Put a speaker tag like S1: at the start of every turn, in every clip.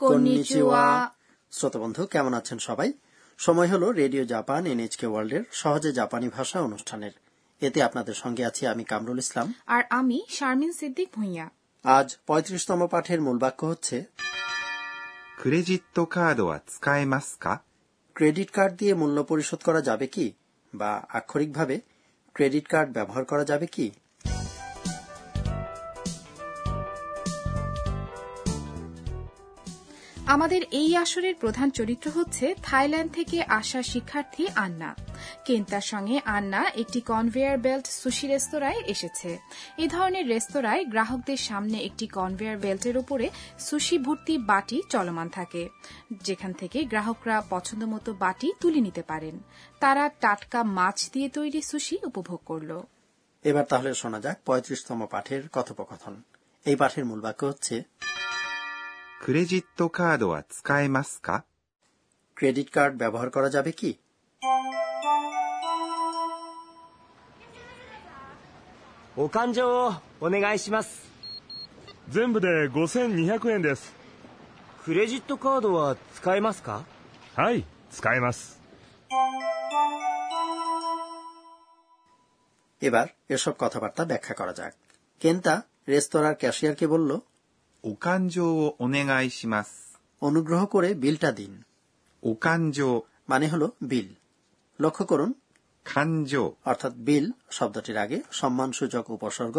S1: Konnichiwa.
S2: শ্রোতা বন্ধু কেমন আছেন সবাই সময় হলো রেডিও জাপান এনএচকে ওয়ার্ল্ডের সহজে জাপানি ভাষা অনুষ্ঠানের এতে আপনাদের সঙ্গে আছি আমি কামরুল ইসলাম
S1: আর আমি শারমিন সিদ্দিক ভুঁইয়া
S2: আজ পঁয়ত্রিশতম পাঠের মূল বাক্য হচ্ছে
S3: クレジットカードは使えますか
S2: ক্রেডিট কার্ড দিয়ে মূল্য পরিশোধ করা যাবে কি বা আক্ষরিকভাবে ক্রেডিট কার্ড ব্যবহার করা যাবে কি
S1: আমাদের এই আসরের প্রধান চরিত্র হচ্ছে থাইল্যান্ড থেকে আসা শিক্ষার্থী আন্না কেন্তার সঙ্গে আন্না একটি কনভেয়ার বেল্ট সুশি রেস্তোরাঁয় এসেছে এ ধরনের রেস্তোরাঁয় গ্রাহকদের সামনে একটি কনভেয়ার বেল্টের উপরে সুশি ভর্তি বাটি চলমান থাকে যেখান থেকে গ্রাহকরা পছন্দমতো বাটি তুলে নিতে পারেন তারা টাটকা মাছ দিয়ে তৈরি সুশি উপভোগ করলো
S2: এবার তাহলে শোনা যাক পঁয়ত্রিশতম পাঠের কথোপকথন এই পাঠের মূল বাক্য হচ্ছে
S3: クレジットカードは使えますか
S2: ক্রেডিট কার্ড ব্যবহার করা যাবে কি
S4: お勘定をお願いします
S5: 全部で5200円です
S4: クレジットカードは使えますか
S5: はい使えます
S2: এবার এসব কথাবার্তা ব্যাখ্যা করা যাক কেন্তা রেস্তোরাঁর ক্যাশিয়ারকে বলল
S3: お勘定をお願いします。
S2: অনুগ্রহ করে বিলটা দিন
S3: お勘定、
S2: মানে হলো বিল লক্ষ্য করুন
S3: 勘定
S2: অর্থাৎ বিল শব্দটির আগে সম্মানসূচক উপসর্গ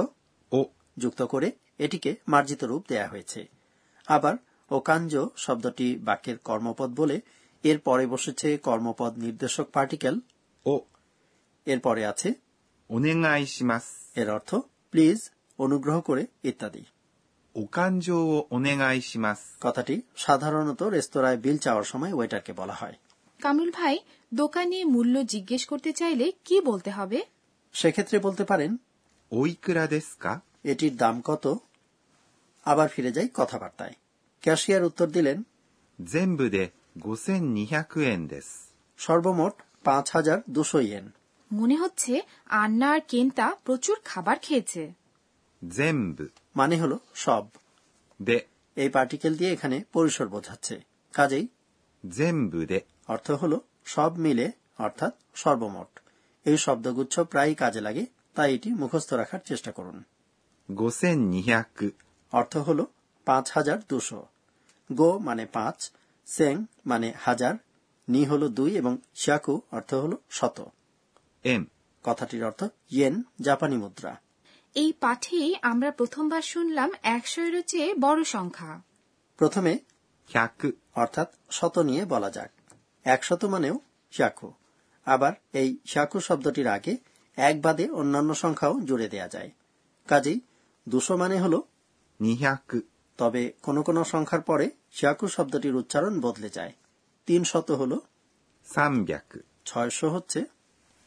S3: を
S2: যুক্ত করে এটিকে মার্জিত রূপ দেয়া হয়েছে আবার ওকাঞ্জ শব্দটি বাক্যের কর্মপদ বলে এর পরে বসেছে কর্মপদ নির্দেশক পার্টিকেল
S3: を
S2: এর পরে আছে
S3: お願いします。
S2: এর অর্থ প্লিজ অনুগ্রহ করে ইত্যাদি
S3: お勘定をお願いします。
S2: কথাটি সাধারণত রেস্তোরাঁয় বিল চাওয়ার সময় ওয়েটারকে বলা হয়
S1: কামরুল ভাই দোকানে মূল্য জিজ্ঞেস করতে চাইলে কি বলতে হবে
S2: সেক্ষেত্রে বলতে পারেন
S3: おいくらですか
S2: এটির দাম কত আবার ফিরে যাই কথাবার্তায় ক্যাশিয়ার উত্তর দিলেন
S3: 全部で5200円です。
S2: সর্বমোট পাঁচ হাজার দুশো ইয়েন
S1: মনে হচ্ছে আন্না আর কেন্তা প্রচুর খাবার খেয়েছে
S3: 全部
S2: মানে হলো সব
S3: で、
S2: এই পার্টিকেল দিয়ে এখানে পরিসর বোঝাচ্ছে কাজেই
S3: 全部で、
S2: অর্থ হলো সব মিলে অর্থাৎ সর্বমোট এই শব্দগুচ্ছ প্রায়ই কাজে লাগে তাই এটি মুখস্থ রাখার চেষ্টা করুন
S3: 5200、
S2: অর্থ হলো পাঁচ হাজার দুশো গো মানে পাঁচ সেং মানে হাজার নি হলো দুই এবং শিয়াকু অর্থ হলো শত
S3: 円、
S2: কথাটির অর্থ ইয়েন জাপানি মুদ্রা
S1: এই পাঠে আমরা প্রথমবার শুনলাম একশোর চেয়ে বড় সংখ্যা
S2: প্রথমে
S3: 100、
S2: অর্থাৎ শত নিয়ে বলা যাক একশত মানেও শাকু আবার এই শাকু শব্দটির আগে এক বাদে অন্যান্য সংখ্যাও জুড়ে দেয়া যায় কাজেই দুশো মানে হল
S3: 200、
S2: তবে কোন কোন সংখ্যার পরে শাকু শব্দটির উচ্চারণ বদলে যায় তিন শত হল
S3: 300、
S2: ছয়শো হচ্ছে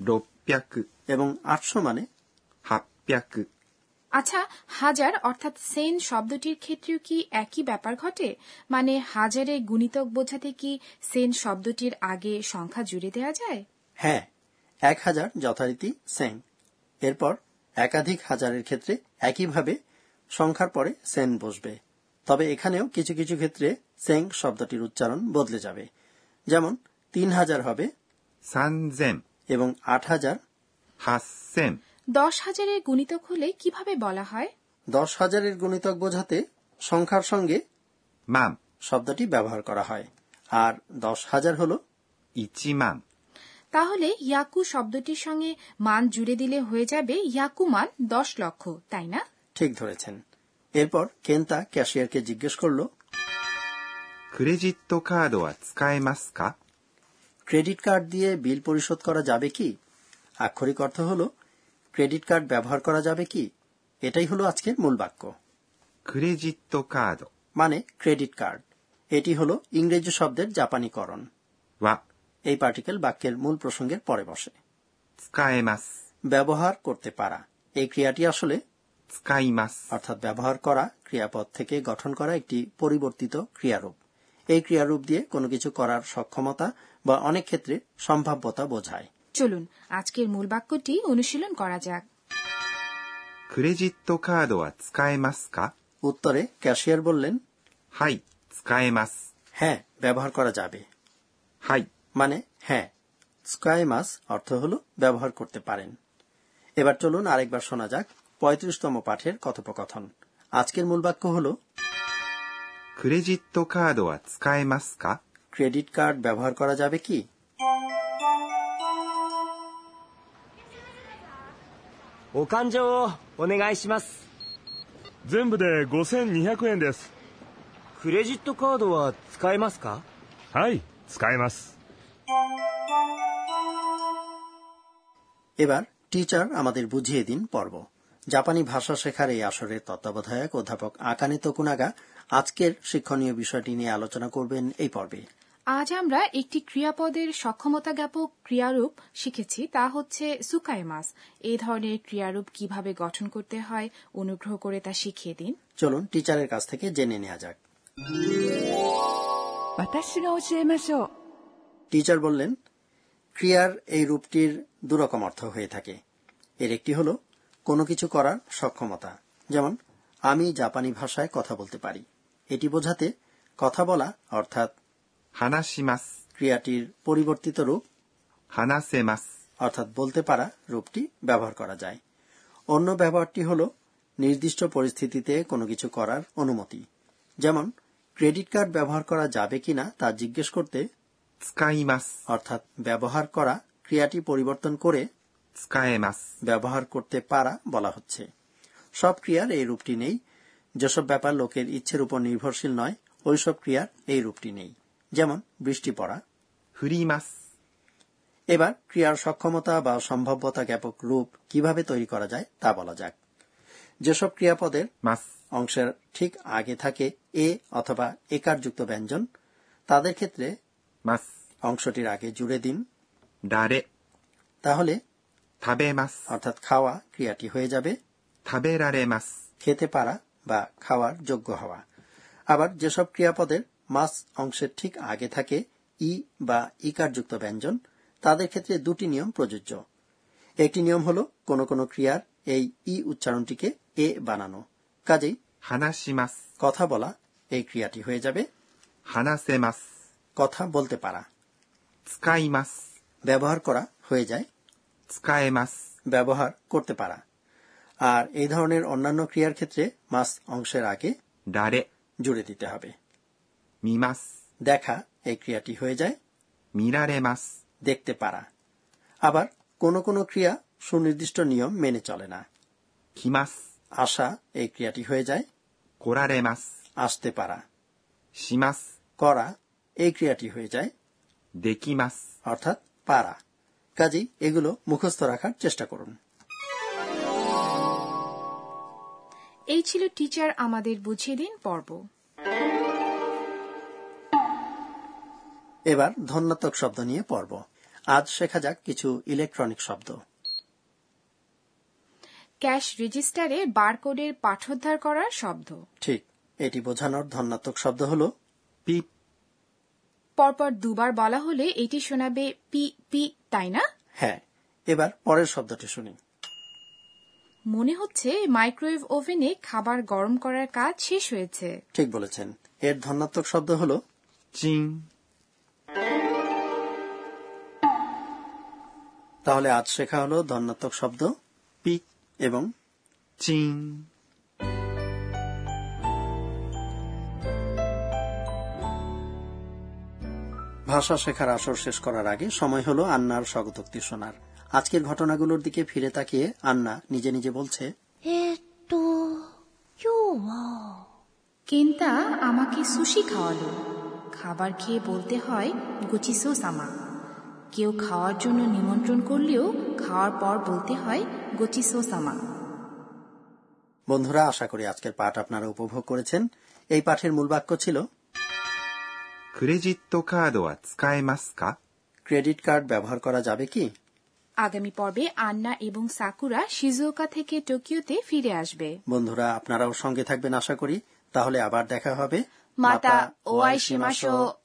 S3: 600、
S2: এবং আটশো মানে
S3: 800、
S1: আচ্ছা হাজার অর্থাৎ সেন শব্দটির ক্ষেত্রেও কি একই ব্যাপার ঘটে মানে হাজারে গুণিতক বোঝাতে কি সেন শব্দটির আগে সংখ্যা জুড়ে দেওয়া যায়
S2: হ্যাঁ এক হাজার যথারীতি সেন এরপর একাধিক হাজারের ক্ষেত্রে একইভাবে সংখ্যার পরে সেন বসবে তবে এখানেও কিছু কিছু ক্ষেত্রে সেং শব্দটির উচ্চারণ বদলে যাবে যেমন তিন হাজার হবে
S3: 3000、
S2: এবং আট হাজার
S3: 8000、
S1: দশ হাজারের গুণিতক হলে কিভাবে বলা হয়
S2: দশ হাজারের গুণিতক বোঝাতে সংখ্যার সঙ্গে
S3: 万、
S2: শব্দটি ব্যবহার করা হয় আর দশ হাজার হল
S3: 1万、
S1: তাহলে ইয়াকু শব্দটির সঙ্গে মান জুড়ে দিলে হয়ে যাবে ইয়াকু মান দশ লক্ষ তাই না
S2: ঠিক ধরেছেন এরপর কেন্তা ক্যাশিয়ারকে জিজ্ঞেস করলো
S3: クレジットカードは使えますか
S2: ক্রেডিট কার্ড দিয়ে বিল পরিশোধ করা যাবে কি আক্ষরিক অর্থ হল ক্রেডিট কার্ড ব্যবহার করা যাবে কি এটাই হলো আজকের মূল বাক্য
S3: クレジットカード
S2: মানে ক্রেডিট কার্ড এটি হলো ইংরেজি শব্দের জাপানিকরণ
S3: は
S2: এই পার্টিকেল বাক্যের মূল প্রসঙ্গের পরে বসে
S3: 使えます。
S2: ব্যবহার করতে পারা এই ক্রিয়াটি আসলে
S3: 使います。
S2: অর্থাৎ ব্যবহার করা ক্রিয়াপদ থেকে গঠন করা একটি পরিবর্তিত ক্রিয়ারূপ এই ক্রিয়ারূপ দিয়ে কোনো কিছু করার সক্ষমতা বা অনেক ক্ষেত্রে সম্ভাব্যতা বোঝায়
S1: চলুন আজকের মূল বাক্যটি অনুশীলন করা যাক
S3: クレジットカードは使えますか
S2: উত্তরে ক্যাশিয়ার বললেন
S3: はい、使えます。
S2: হ্যাঁ ব্যবহার করা যাবে
S3: はい、
S2: মানে হ্যাঁ স্কয়াই মাস অর্থ হল ব্যবহার করতে পারেন এবার চলুন আরেকবার শোনা যাক পঁয়ত্রিশতম পাঠের কথোপকথন আজকের মূল বাক্য হল
S3: クレジットカードは使えますか
S2: ক্রেডিট কার্ড ব্যবহার করা যাবে কি
S4: 「お勘定をお願いします
S5: 全部で5200円です」
S4: クレジットカードは使えますか
S5: はい使えます
S2: এবার টিচার আমাদের বুঝিয়ে দিন পর্ব জাপানি ভাষা শেখার এই আসরের তত্ত্বাবধায়ক অধ্যাপক আকানে তকুনাগা আজকের শিক্ষণীয় বিষয়টি নিয়ে আলোচনা করবেন এই পর্বে
S1: আজ আমরা একটি ক্রিয়াপদের সক্ষমতা জ্ঞাপক ক্রিয়ারূপ শিখেছি তা হচ্ছে সুকাইমাস এই ধরনের ক্রিয়ারূপ কিভাবে গঠন করতে হয় অনুগ্রহ করে তা শিখিয়ে দিন
S2: চলুন টিচারের কাছ থেকে জেনে নেওয়া যাক
S6: 私が教えましょう
S2: টিচার বললেন ক্রিয়ার এই রূপটির দুরকম অর্থ হয়ে থাকে এর একটি হলো কোনো কিছু করার সক্ষমতা যেমন আমি জাপানি ভাষায় কথা বলতে পারি এটি বোঝাতে কথা বলা অর্থাৎ
S3: 話します。
S2: ক্রিয়াটির পরিবর্তিত রূপ
S3: 話せます。
S2: অর্থাৎ বলতে পারা রূপটি ব্যবহার করা যায় অন্য ব্যবহারটি হল নির্দিষ্ট পরিস্থিতিতে কোনো কিছু করার অনুমতি যেমন ক্রেডিট কার্ড ব্যবহার করা যাবে কিনা তা জিজ্ঞেস করতে
S3: 使います。
S2: অর্থাৎ ব্যবহার করা ক্রিয়াটি পরিবর্তন করে
S3: 使えます。
S2: ব্যবহার করতে পারা বলা হচ্ছে সব ক্রিয়ার এই রূপটি নেই যেসব ব্যাপার লোকের ইচ্ছের উপর নির্ভরশীল নয় ওইসব ক্রিয়ার এই রূপটি নেই যেমন বৃষ্টি পড়া
S3: 振ります。
S2: এবার ক্রিয়ার সক্ষমতা বা সম্ভাব্যতা জ্ঞাপক রূপ কিভাবে তৈরি করা যায় তা বলা যাক যেসব ক্রিয়াপদের
S3: ます。
S2: অংশের ঠিক আগে থাকে এ অথবা একারযুক্ত ব্যঞ্জন তাদের ক্ষেত্রে
S3: ます。
S2: অংশটির আগে জুড়ে দিন
S3: 誰。
S2: তাহলে
S3: 食べます。
S2: অর্থাৎ খাওয়া ক্রিয়াটি হয়ে যাবে
S3: 食べられます。
S2: খেতে পারা বা খাওয়ার যোগ্য হওয়া আবার যেসব ক্রিয়াপদের মাস অংশের ঠিক আগে থাকে ই বা ইকারযুক্ত ব্যঞ্জন তাদের ক্ষেত্রে দুটি নিয়ম প্রযোজ্য একটি নিয়ম হল কোনো কোনো ক্রিয়ার এই ই উচ্চারণটিকে এ বানানো কাজেই
S3: 話します。
S2: কথা বলা এই ক্রিয়াটি হয়ে যাবে
S3: 話せます。
S2: কথা বলতে পারা
S3: 使います。
S2: ব্যবহার করা হয়ে যায়
S3: 使えます。
S2: ব্যবহার করতে পারা আর এই ধরনের অন্যান্য ক্রিয়ার ক্ষেত্রে মাস অংশের আগে
S3: 誰。
S2: জুড়ে দিতে হবে
S3: 見ます。
S2: দেখা এই ক্রিয়াটি হয়ে যায়
S3: 見られます。
S2: দেখতে পারা আবার কোনো কোনো ক্রিয়া সুনির্দিষ্ট নিয়ম মেনে চলে না
S3: 来ます。
S2: আশা এই ক্রিয়াটি হয়ে যায়
S3: 来られます。
S2: আসতে পারা
S3: します。
S2: করা এই ক্রিয়াটি হয়ে যায়
S3: できます。
S2: অর্থাৎ পারা কাজেই এগুলো মুখস্থ রাখার চেষ্টা করুন
S1: এই ছিল টিচার আমাদের বুঝিয়ে দিন পর্ব
S2: এবার ধন্যাত্মক শব্দ নিয়ে পড়ব আজ শেখা যাক কিছু ইলেকট্রনিক শব্দ
S1: ক্যাশ রেজিস্টারে বারকোডের পাঠোদ্ধার করার শব্দ
S2: ঠিক এটি বোঝানোর ধন্যাত্মক শব্দ হল
S3: ピッ、
S1: পরপর দুবার বলা হলে এটি শোনাবে পি পি তাই না
S2: হ্যাঁ এবার পরের শব্দটি শুনি
S1: মনে হচ্ছে মাইক্রোওয়েভ ওভেনে খাবার গরম করার কাজ শেষ হয়েছে
S2: ঠিক বলেছেন এর ধন্যাত্মক শব্দ হল
S3: チン、
S2: তাহলে আজ শেখা হলো ধন্যাত্মক শব্দ
S3: ピッ、
S2: এবং
S3: チン。
S2: ভাষা শেখার আসর শেষ করার আগে সময় হলো আন্নার স্বগতোক্তি শোনার আজকের ঘটনাগুলোর দিকে ফিরে তাকিয়ে আন্না নিজে নিজে বলছে
S7: えーっと、今日は、
S1: কেন্তা আমাকে সুশি খাওয়ালো খাবার খেয়ে বলতে হয় গুচিসো সামা কেউ খাওয়ার জন্য নিমন্ত্রণ করলেও খাওয়ার পর বলতে হয় গুচিসো সামা
S2: বন্ধুরা আশা করি আজকের পাঠ আপনারা উপভোগ করেছেন এই পাঠের মূল বাক্য ছিল
S3: クレジットカードは使えますか
S2: ক্রেডিট কার্ড ব্যবহার করা যাবে কি
S1: আগামী পর্বে আন্না এবং সাকুরা শিজুওকা থেকে টোকিওতে ফিরে আসবে
S2: বন্ধুরা আপনারাও সঙ্গে থাকবেন আশা করি তাহলে আবার দেখা হবে
S1: মাতা ওয়াই সীমাশো